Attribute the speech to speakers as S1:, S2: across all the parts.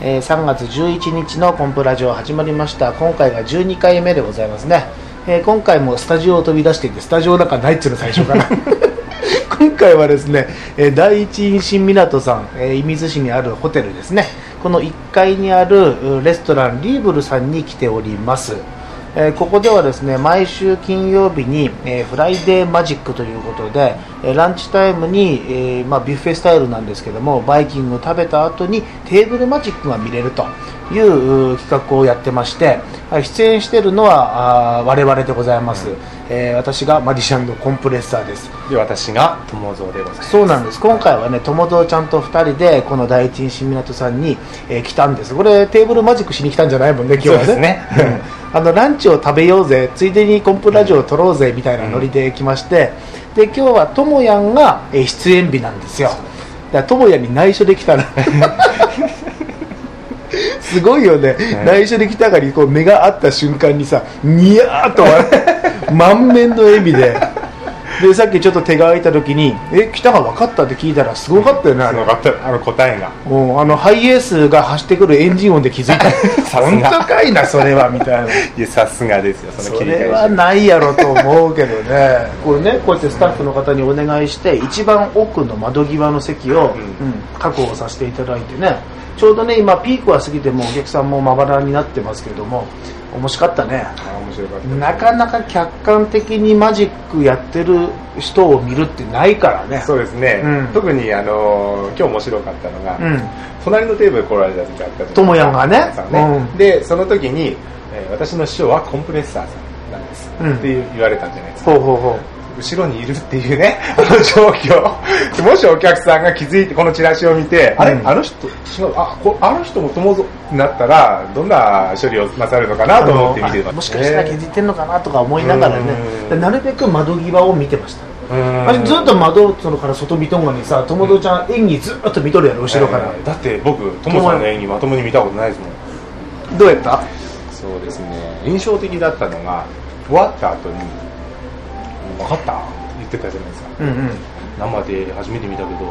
S1: 3月11日のコンプラジオ始まりました今回が12回目でございますね、えー今回もスタジオを飛び出していてスタジオなんかない っつうの最初から今回はですね、えー第一印新港さん、えー、射水市にあるホテルですねこの1階にあるうレストランリーブルさんに来ておりますえーここではですね毎週金曜日に、えーフライデーマジックということで、えーランチタイムに、えーまあ、ビュッフェスタイルなんですけどもバイキングを食べた後にテーブルマジックが見れるというう企画をやってましてはい出演しているのはあー我々でございます、えー私がマジシャンのコンプレッサーです
S2: で私が友蔵でございます
S1: そうなんです今回はね友蔵ちゃんと2人でこの第一印新湊さんに、えー来たんですこれテーブルマジックしに来たんじゃないもんね今日はね
S2: そうですね
S1: うんあのランチを食べようぜついでにコンプラジオを撮ろうぜみたいなノリで来まして、で今日はともやんが、えー出演日なんですよだからともやんに内緒で来 たらすごいよね、内緒で来たがりこう目が合った瞬間にさニヤーっと笑 う満面の笑みででさっきちょっと手が空いた時に「え来たが分かった?」って聞いたらすごかったよねあ
S2: あ
S1: れ
S2: のあの答えが
S1: もうあのハイエースが走ってくるエンジン音で気づ いた
S2: さす
S1: 本
S2: が
S1: 当かいなそれはみたいない
S2: やさすがですよそ の
S1: そ
S2: 切り
S1: れ
S2: 返し
S1: はないやろと思うけどね これねこうやってスタッフの方にお願いして一番奥の窓際の席を、
S2: うん
S1: うん確保させていただいてねちょうどね今ピークは過ぎてもうお客さんもまばらになってますけれども面白かったね
S2: あ面白かった
S1: なかなか客観的にマジックやってる人を見るってないからね
S2: そうですね、
S1: うん
S2: 特にあの今日面白かったのが、
S1: うん
S2: 隣のテーブル来られた時あった
S1: ともやんがね
S2: さんねでその時に、えー私の師匠はコンプレッサーさんなんです、
S1: うん
S2: って言われたんじゃないですか
S1: ほうほうほう
S2: 後ろにいるっていうね あの状況もしお客さんが気づいてこのチラシを見て、あれ
S1: うん
S2: あの人違うあこあの人も友蔵ってなったらどんな処理をなさるのかなと思って見てた
S1: あもしかしたら気づいてんのかなとか思いながらね
S2: う、ん
S1: なるべく窓際を見てました
S2: うん
S1: あれずっと窓そのから外見とんがにさ友達ちゃん演技ずっと見とるやろ後ろから、
S2: えーだって僕トモさんの演技まともに見たことないですもん
S1: どうやった
S2: そうですね印象的だったのが終わった後に「分かった?」言ってたじゃないですか
S1: うんうん
S2: 生で初めて見たけど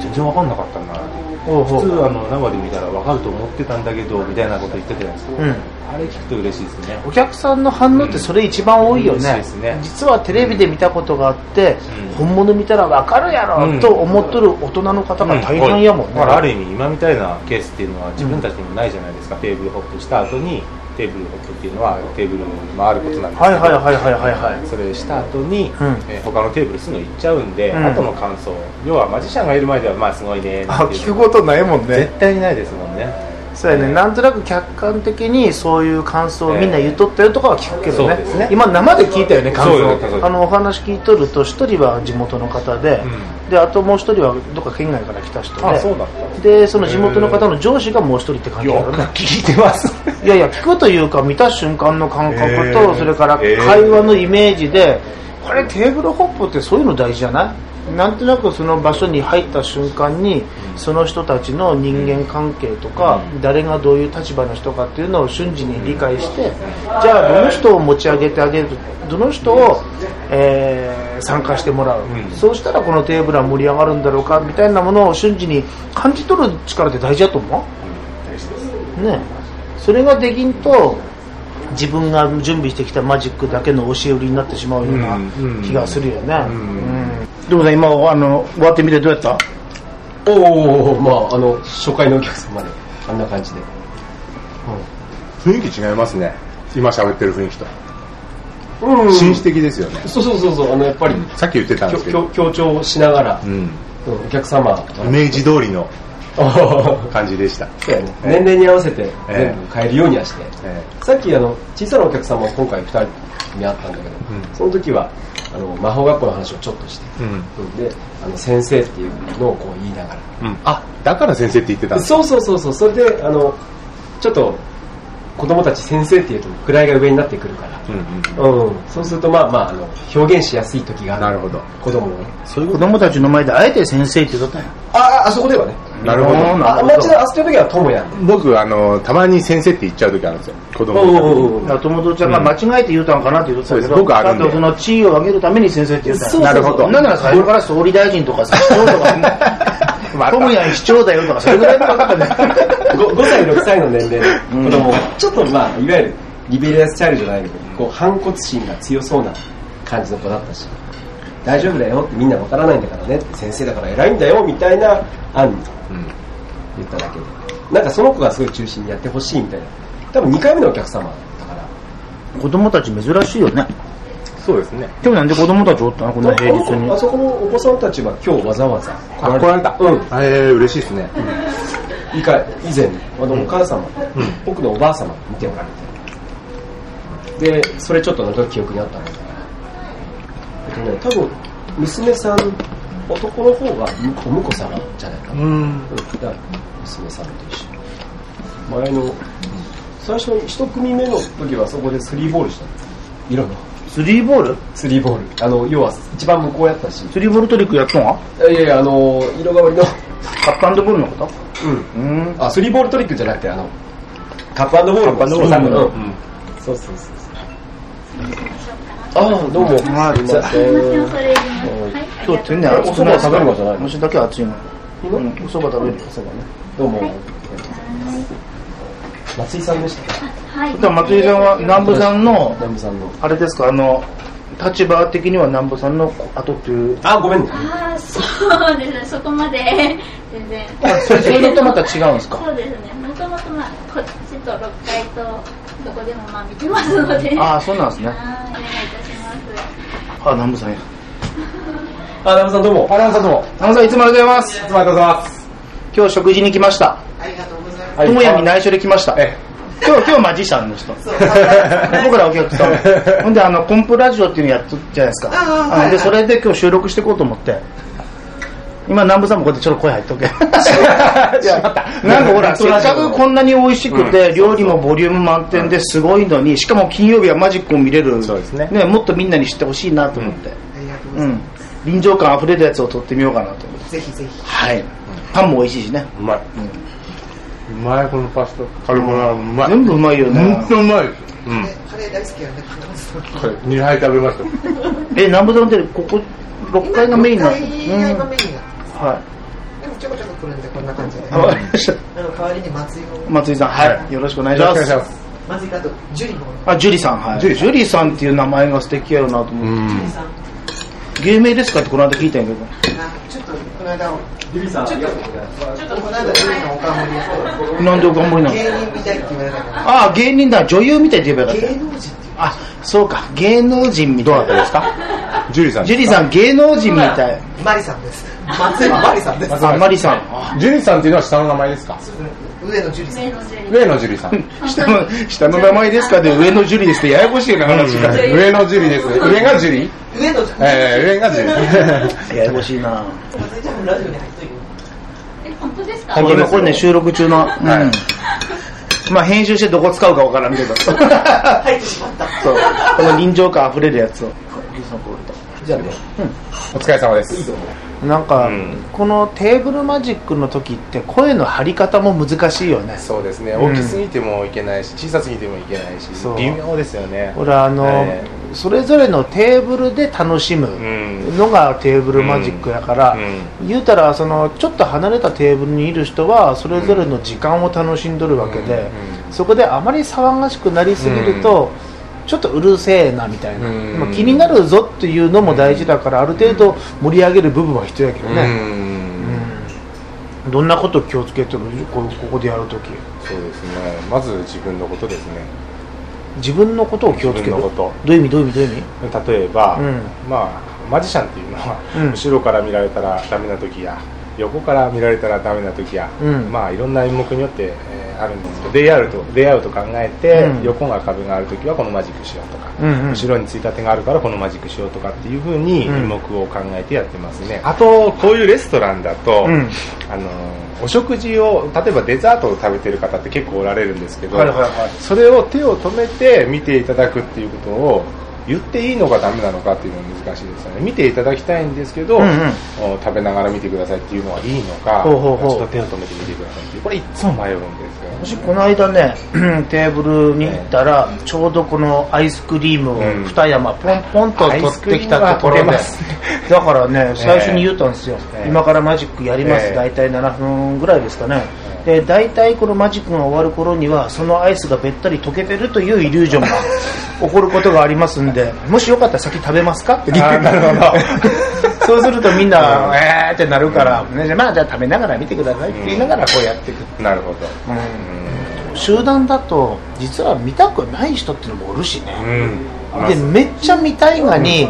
S2: 全然分かんなかったなって
S1: おうほう
S2: 普通あの生で見たら分かると思ってたんだけどみたいなこと言ってたじゃないですか、
S1: うん
S2: あれ聞くと嬉しいですね
S1: お客さんの反応ってそれ一番多いよ
S2: うん
S1: ね,、
S2: 嬉しいですね
S1: 実はテレビで見たことがあって、
S2: うん
S1: 本物見たら分かるやろ、
S2: うん
S1: と思っとる大人の方が大半やもんね、
S2: だからある意味今みたいなケースっていうのは自分たちにもないじゃないですか、テーブルホップした後にテーブルホップっていうのはテーブルに回ることなんですけど
S1: はいはいはいはいはいはい
S2: それした後に、
S1: ん
S2: えー他のテーブルすぐ行っちゃうんで、
S1: うん
S2: 後の感想要はマジシャンがいる前ではまあすごいねなんていう
S1: とないもん
S2: 絶対にないですもんね
S1: そうやね、
S2: えー
S1: なんとなく客観的にそういう感想をみんな言っとったよとかは聞くけどね,、
S2: そうですね
S1: 今生で聞いたよね感
S2: そうよそう
S1: 想
S2: よ
S1: あのお話聞いとると一人は地元の方で、であともう一人はどっか県外から来た人で
S2: あそうだった
S1: でその地元の方の上司がもう一人って感じだ
S2: よ
S1: よ
S2: く
S1: ね
S2: 聞いてます
S1: いやいや聞くというか見た瞬間の感覚
S2: え
S1: と
S2: ー
S1: それから
S2: えー
S1: 会話のイメージでこれテーブルホップってそういうの大事じゃないなんとなくその場所に入った瞬間にその人たちの人間関係とか
S2: うん
S1: 誰がどういう立場の人かっていうのを瞬時に理解してじゃあどの人を持ち上げてあげるどの人を、えー参加してもらう、
S2: うん
S1: そうしたらこのテーブルは盛り上がるんだろうかみたいなものを瞬時に感じ取る力って大事だと思うねそれができんと自分が準備してきたマジックだけの教え売りになってしまうような
S2: うんうん
S1: 気がするよね、
S2: うん
S1: でもね今あの終わってみてどうやった
S3: おーおーおーまああの初回のお客様であんな感じで、
S2: 雰囲気違いますね今喋ってる雰囲気と
S3: うん
S2: 紳士的ですよね
S3: そうそうそうそうあのやっぱり
S2: さっき言ってたんで
S3: 強
S2: すけど
S3: 強強調しながら
S2: う、ん
S3: うんお客様
S2: イメージ通りの
S3: おー
S2: 感じでした、
S3: そうやね
S2: ええ
S3: 年齢に合わせて
S2: ええ
S3: 全部変えるようにはして、
S2: え
S3: さっきあの小さなお客様今回2人に会ったんだけど、
S2: うん
S3: その時はあの魔法学校の話をちょっとして、
S2: えうん
S3: うんであの先生っていうのをこう言いながら
S2: うん、あだから先生って言ってたんです
S3: そうそうそうそうそれであのちょっと子供たち先生っていうと位が上になってくるから、
S2: うんうん
S3: うん、そうするとまあまああの表現しやすい時がある
S2: なるほど
S3: 子供もね
S1: そういう子供たちの前であえて先生って言っとったんや
S3: あああそこではね
S2: なるほ
S1: うん
S2: ど
S1: な
S3: あ
S1: るほど
S3: 町の遊びの時は友やん
S2: 僕あのたまに先生って言っちゃう時あるんですよ子供の時
S3: おうおうおう
S1: だ から友達ちゃんが間違えて言うたんかなって言うたんやけど、
S2: そうです僕あるん
S1: だ
S2: で
S1: ってその地位を上げるために先生って言うたんや
S3: そうそうそう
S2: なるほど
S1: なんなら最初から総理大臣とかさ、首相とか、
S2: ま
S4: トムヤン市長だよとか、それぐらいの分かんない。
S3: 5, 歳、6歳の年齢
S4: うん
S3: の子供が、ちょっとまあ、いわゆるリベリアスチャイルドじゃないけど、こう、反骨心が強そうな感じの子だったし、大丈夫だよってみんなわからないんだからねって、先生だから偉いんだよみたいな案に言っただけで、なんかその子がすごい中心にやってほしいみたいな、多分2回目のお客様だか ら、
S1: 子供たち珍しいよね。
S2: そうですね。
S1: でもなんで子供たちおったのこんな平日に
S3: あ。そこのお子さんたちは今日わざわざ
S2: あ、来られた。
S3: うん。
S2: ええ、嬉しいですね。
S3: 以下以前あのお母様、
S2: うん
S3: 僕のおばあ様見ておられてでそれちょっとなんか記憶にあったので、えっとね、多分娘さん男の方がお婿様じゃないかな、
S2: うん。
S3: うんだから娘さんと一緒に前の最初一組目の時はそこでスリーボールしたの色の
S1: スリーボール
S3: スリーボールあの要は一番向こうやったし
S1: スリーボールトリックやっとんわ
S3: いやいやあの色変わりの
S1: カップアンドボールのこと
S3: うん
S1: うん。
S3: あ、スリーボールトリックじゃなくて、あの、カップボール。カップボール。うん。そうそうそうそう。ああ、どうも。
S1: はい
S3: すいませ
S5: すいません、
S3: ん
S5: 恐れ入ります。
S3: はい
S5: はい、
S1: 今日全然
S3: あれ
S1: 熱くない
S3: お蕎麦食べるのじゃないの
S1: 虫だけ熱いの。うん、お蕎麦食べるよ。
S3: そうだね。どうも。松井さんでしたね。
S5: はい。
S1: だから松井さんは南部さんの、
S3: 南部さんの。
S1: あれですか、あの、立場的には南部さんの後っていう。
S3: あ、ごめんね。
S5: ああ、そうですね、そこまで、全然。
S1: それ、それとまた違うんですか。
S5: そうですね、もともとまあ、こっちと6階と、どこでもまあ見てますので。
S1: ああ、そうなんですね。
S5: はいお願いいたします。
S1: あ、南部さんや。
S3: あ、南部さんどうも。あ、南部さんどうも。
S1: 南部さん、いつもありがとうございます。
S3: いつもありがとうございます。
S1: 今日食事に来ました。
S3: はい
S1: ともやに内緒で来ました。
S3: え
S1: 今 日、今日マジシャンの人。僕らお客さ ん。ほんで、あの、コンプラジオっていうのやっとったじゃないですか。
S6: ああ
S1: あので、それで今日収録していこうと思って。今、南部さんもこうやってちょっと声入っとけ。 いやなんかほ ら、せっかくこんなに美味しくて、料理もボリューム満点ですごいのに、しかも金曜日はマジックを見れる。
S2: そうですね
S1: もっとみんなに知ってほしいなと思って。
S6: ありがとうご
S1: う
S6: ざい
S1: ん。臨場感溢れるやつを撮ってみようかなと思って。
S6: ます。ぜひぜひ。
S1: はい。パンも美味しいしね。
S2: うまい。うまい、このパスタ。カルボナーラうまい。
S1: 全部うまいよね
S2: 本。当うまいです。う
S6: ねカレー大好きやね。
S2: ん。これ、2杯食べました。
S1: え、南部さんってこ こ、6階がメインなの
S6: 六階が今メインだ。
S1: は
S6: でもちょこちょこ来るんで、こんな感じで。
S1: い。わかりました
S6: なので代わりに松井を、
S1: 松井さん、は。
S2: はい
S1: よろしくお願いします。
S2: す。
S6: 松井かと、ジュリも。
S1: あ、ジュリさん、はい。ジ
S2: ジュ
S1: ュ
S2: リ
S1: リさんっていう名前が素敵やろなと
S2: う
S1: 思う。
S2: ん。
S6: さん
S1: 芸名ですかってこの間聞いたんやけ
S6: あちょっとこの間、
S3: ゆりさん、
S6: ちょっと、ちょっとこの間、ジュリのおかも
S1: ど。なんでお頑張りな
S6: り、
S1: の
S6: 芸人みたいって言われたか
S1: あ、芸人だ。女優みたいって言えば
S6: ら、
S1: よかっ
S6: 芸
S1: た。
S6: 能人って
S1: あ、そうか。芸能人みたい。どうだったですか
S2: ジュリーさん。
S1: ジュリさん、芸能人みたい。
S6: いう、マリさんです。松井マリさんです。
S1: あ、マリさん。あ
S2: ジュリーさんっていうのは下の名前ですか
S6: 上野ジュリさん。
S5: 目のジェリー。
S2: 上のジュリーさん。
S1: 下の、下の名前ですかで、上のジュリですってややこしいような話から。
S2: 上のジュリーです。上がジュリー
S6: 上野ジュリ
S2: えー、上がジュリー。
S1: ややこしいな
S6: 松井ちゃんもラジオに入っとるよ。
S5: え、本当ですか
S2: 本当ですよ
S1: これね、収録中の。うん
S2: はい
S1: まあ、編集してどこ使うかわからんけど。そう。
S6: 入ってしまった。
S1: この臨場感溢れるやつを。
S3: じゃあね。
S2: お疲れ様です。
S4: なんか、
S2: うん
S4: このテーブルマジックの時って声の張り方も難しいよね
S2: そうですね、
S1: うん
S2: 大きすぎてもいけないし、小さすぎてもいけないし
S4: そう、
S2: 微妙ですよね。
S4: ほらあの、
S2: え
S4: それぞれのテーブルで楽しむ
S2: ん
S4: のがテーブルマジックやから、
S2: う
S4: 言うたらそのちょっと離れたテーブルにいる人はそれぞれの時間を楽しんどるわけで、
S2: うん
S4: そこであまり騒がしくなりすぎると、ちょっとうるせえなみたいな、
S2: うん
S4: まあ、気になるぞっていうのも大事だからある程度盛り上げる部分は必要やけど
S2: う
S4: ね、
S2: ん、
S4: うんどんなこと気をつけてるこここでやるとき
S2: そうですね、まず自分のことですね。
S4: 自分のことを気をつ
S2: 自
S4: ける
S2: 分のこと
S4: どういう意味どういう意味どういう意味
S2: 例えば、
S4: うん
S2: まあ、マジシャンっていうのは、
S4: うん
S2: 後ろから見られたらダメな時や、横から見られたらダメな時や、
S4: うん
S2: まあ、いろんな演目によって、えーあるんですけど、レイアウト、レイアウト考えて、
S4: うん
S2: 横が壁がある時はこのマジックしようとか、
S4: うんうん
S2: 後ろについた手があるからこのマジックしようとかっていう風に
S4: うん
S2: 演目を考えてやってますね。あと、こういうレストランだと、
S4: うん
S2: あのお食事を例えばデザートを食べてる方って結構おられるんですけど、
S4: はいはいはい
S2: それを手を止めて見ていただくっていうことを言っていいのかダメなのかっていうのは難しいですよね見ていただきたいんですけど、
S1: うんうん
S2: お食べながら見てくださいっていうのはいいのか
S1: ほうほうほう
S2: ちょっと手を止めてみてくださいっていうこれいっつも迷うんですよ
S1: 私この間ね テーブルに行ったらちょうどこのアイスクリームを
S2: うん
S1: 2山ポンポンと取ってきたところで
S2: アイスクリームは取れます
S1: だから ね最初に言ったんですよ
S2: ええ
S1: 今からマジックやります
S2: ええ
S1: 大体7分ぐらいですかねで大体このマジックが終わる頃にはそのアイスがべったり溶けてるというイリュー ジョンが起こることがありますんでもしよかったら先食べますかって聞いて
S2: あーなるほど
S1: そうするとみん
S2: う
S1: なんえーってなるからねじゃあまあじゃあ食べながら見てくださいって言いながらこうやっていく
S2: なるほど
S1: 集団だと実は見たくない人っていうのもおるし
S2: う
S1: ね、
S2: ん
S1: でめっちゃ見たいがに、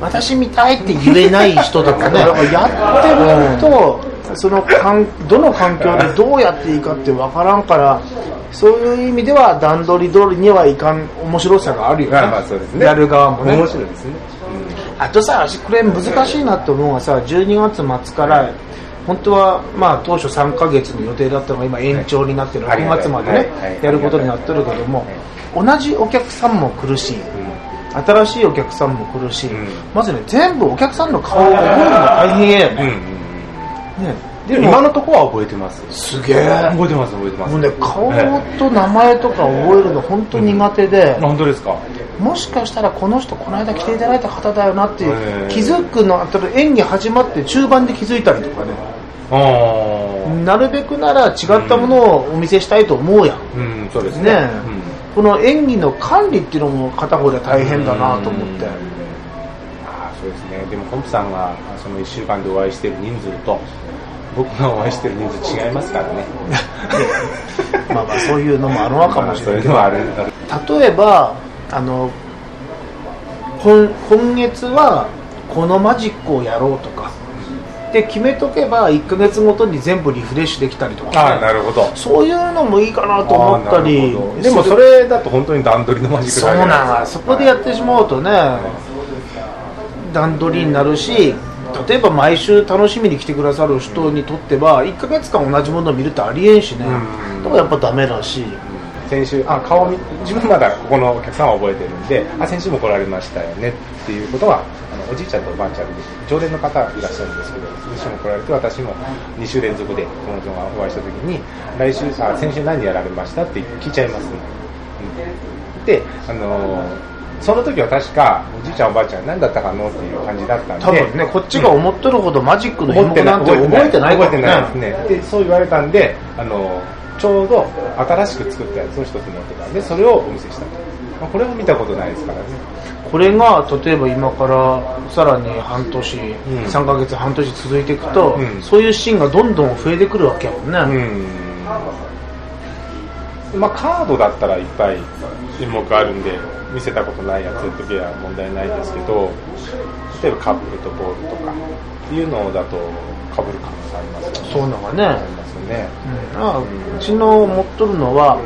S1: 私見たいって言えない人と かねやってると、そのかんどの環境でどうやっていいかって分からんからそういう意味では段取り通りにはいかん面白さがあるよね,、
S2: まあまあそうですね
S1: やる側もね
S2: 面白いですね
S1: あとさ、私これ難しいなと思うのがさ、12月末から、本当は、まあ、当初3ヶ月の予定だったのが今延長になってる、
S2: はい
S1: 6月までね、
S2: はいはい
S1: やることになってるけども、同じお客さんも来るし、新しいお客さんも来るし、
S2: ん
S1: まずね、全部お客さんの顔を覚えるのが大変やよ
S2: うんうん
S1: ね。ね
S2: でも今のところは覚えてます
S1: すげえ。
S2: 覚えてます覚えてます
S1: もうね、顔
S2: え
S1: と名前とか覚えるの本当苦手で
S2: え、本当ですか
S1: もしかしたらこの人この間来ていただいた方だよなってい
S2: へ
S1: う
S2: ー
S1: 気づくのあと演技始まって中盤で気づいたりとかね
S2: ああ
S1: なるべくなら違ったものをお見せしたいと思うやん
S2: うんそうですね
S1: ねこの演技の管理っていうのも片方では大変だなと思って
S2: うんああそうですねでもコンプさんがその1週間でお会いしてる人数と僕がお会いしてる人数違いますからね
S1: まあまあそういうのもあるのかもしれないけ
S2: ま
S1: ど
S2: あそういうのはある
S1: 例えばあの今今月はこのマジックをやろうとかで決めとけば1ヶ月ごとに全部リフレッシュできたりとかね
S2: ああなるほど
S1: そういうのもいいかなと思ったり
S2: ああなるほどでもそれだと本当に段取りのマジック
S1: そう
S2: だね
S1: なんそこでやってしまうとね段取りになるし例えば毎週楽しみに来てくださる人にとっては1ヶ月間同じものを見るってありえんしね
S2: うん
S1: だからやっぱダメだし
S2: 先週あ顔見自分まだここのお客さんは覚えてるんであ先週も来られましたよねっていうことはあのおじいちゃんとおばあちゃんで常連の方いらっしゃるんですけど先週も来られて私も2週連続でこの人がお会いした時に来週あ先週何やられましたって聞いちゃいます、うんであのーその時は確かおじいちゃんおばあちゃん何だったかのっていう感じだったんで
S1: 多分ねこっちが思ってるほどマジックの
S2: 覚
S1: 紐
S2: えてない
S1: なんて覚えてない
S2: 覚えてない
S1: からね
S2: ですねでそう言われたんであのちょうど新しく作ったやつを一つ持ってたんでそれをお見せしたと、まあ、これも見たことないですからね
S1: これが例えば今からさらに半年、
S2: ん
S1: 3ヶ月半年続いていくと、
S2: うん
S1: そういうシーンがどんどん増えてくるわけやもんね、
S2: うんまあカードだったらいっぱい品目あるんで見せたことないやつの時は問題ないですけど例えばカップルとボールとかっていうのだとかぶる可能性ありますよね
S1: そういうのがね
S2: ありますよね、
S1: あうちの持っとるのは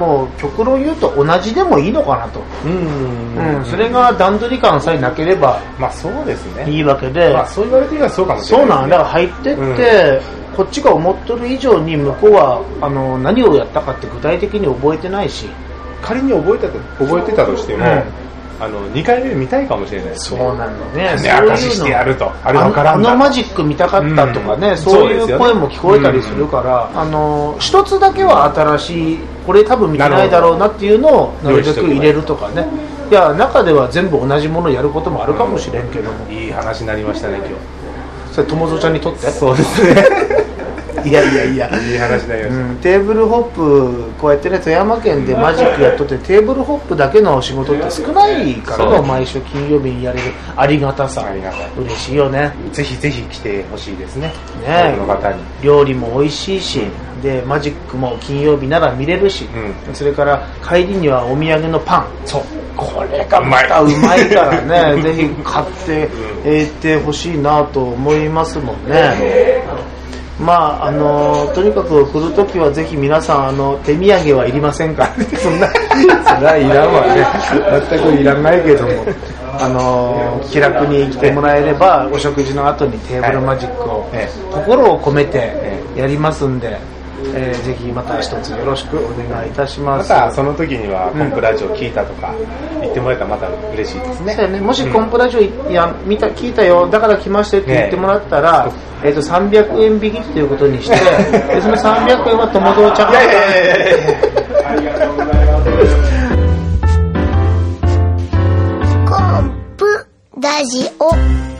S1: もう極論言うと同じでもいいのかなと、うんそれが段取り感さえなければ
S2: まあそうですね
S1: いいわけで、
S2: まあ、そう言われてみればそうかもしれ
S1: そ
S2: な
S1: う
S2: い、
S1: なんだから入ってって、こっちが思っとる以上に向こうはあの何をやったかって具体的に覚えてないし
S2: 仮に覚えたと覚えてたとしても、
S1: うん
S2: あの2回目見たいかもしれないですね
S1: なんだね
S2: 種明かししてやるとあれわからん
S1: あ
S2: だ
S1: のマジック見たかったとかね、
S2: うん
S1: そうい
S2: そうです
S1: う
S2: よね
S1: 声も聞こえたりするから、あの一つだけは新しいこれ多分見てないだろうなっていうのをな
S2: な
S1: る
S2: る
S1: べ
S2: ほど
S1: く入れるとかねいや中では全部同じものをやることもあるかもしれんけども、
S2: いい話になりましたね今
S1: それ友蔵ちゃんにとって
S2: 日そうですね
S1: いやいやいや
S2: いい話になりました、
S1: うんテーブルホップこうやってね富山県でマジックやっとってテーブルホップだけの仕事って少ないから
S2: そ
S1: ね
S2: う
S1: 毎週金曜日にやれるありがたさ
S2: ありがたい
S1: 嬉しいよね
S2: ぜひぜひ来てほしいですね
S1: ね
S2: この方に
S1: 料理も美味しいし、でマジックも金曜日なら見れるし、
S2: う
S1: それから帰りにはお土産のパン
S2: そう
S1: これが
S2: う
S1: ま
S2: まい
S1: たうまいからねぜひ買って
S2: うん
S1: えってほしいなと思いますもんねまああのとにかく来るときはぜひ皆さんあの手土産はいりませんからそんな
S2: それはいらんわね全くいらないけども
S1: あの気楽に来てもらえればお食事の後にテーブルマジックを
S2: ええ
S1: 心を込めてやりますんで、えーぜひまた一つよろしくお願いいたしま。
S2: ますたその時にはコンプラジオ聞いたとか言ってもらえたらまた嬉しいですね
S1: そうやね、もしコンプラジオいや見た聞いたよだから来ましたよって言ってもらったら、えっと300円引きということにしてでその300円は友道ちゃんが
S7: コンプラジオ